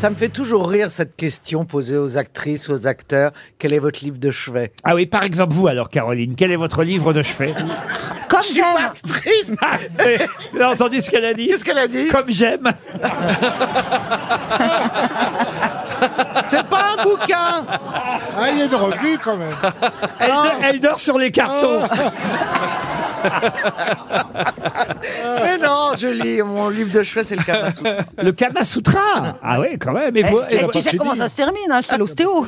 Ça me fait toujours rire cette question posée aux actrices, aux acteurs. Quel est votre livre de chevet Ah oui, par exemple, vous alors, Caroline, quel est votre livre de chevet Comme j'aime. Actrice Ah, mais- Vous avez entendu ce qu'elle a dit Qu'est-ce qu'elle a dit Comme j'aime C'est pas un bouquin Ah, il y a une revue quand même. elle, Ah. do- elle dort sur les cartons euh, Mais non, je lis. Mon livre de chevet, c'est le Kama Sutra. Le Kama Sutra Eh, Ah oui, quand même Et vous- et Et vous- tu sais comment ça se termine hein, chez l'ostéo.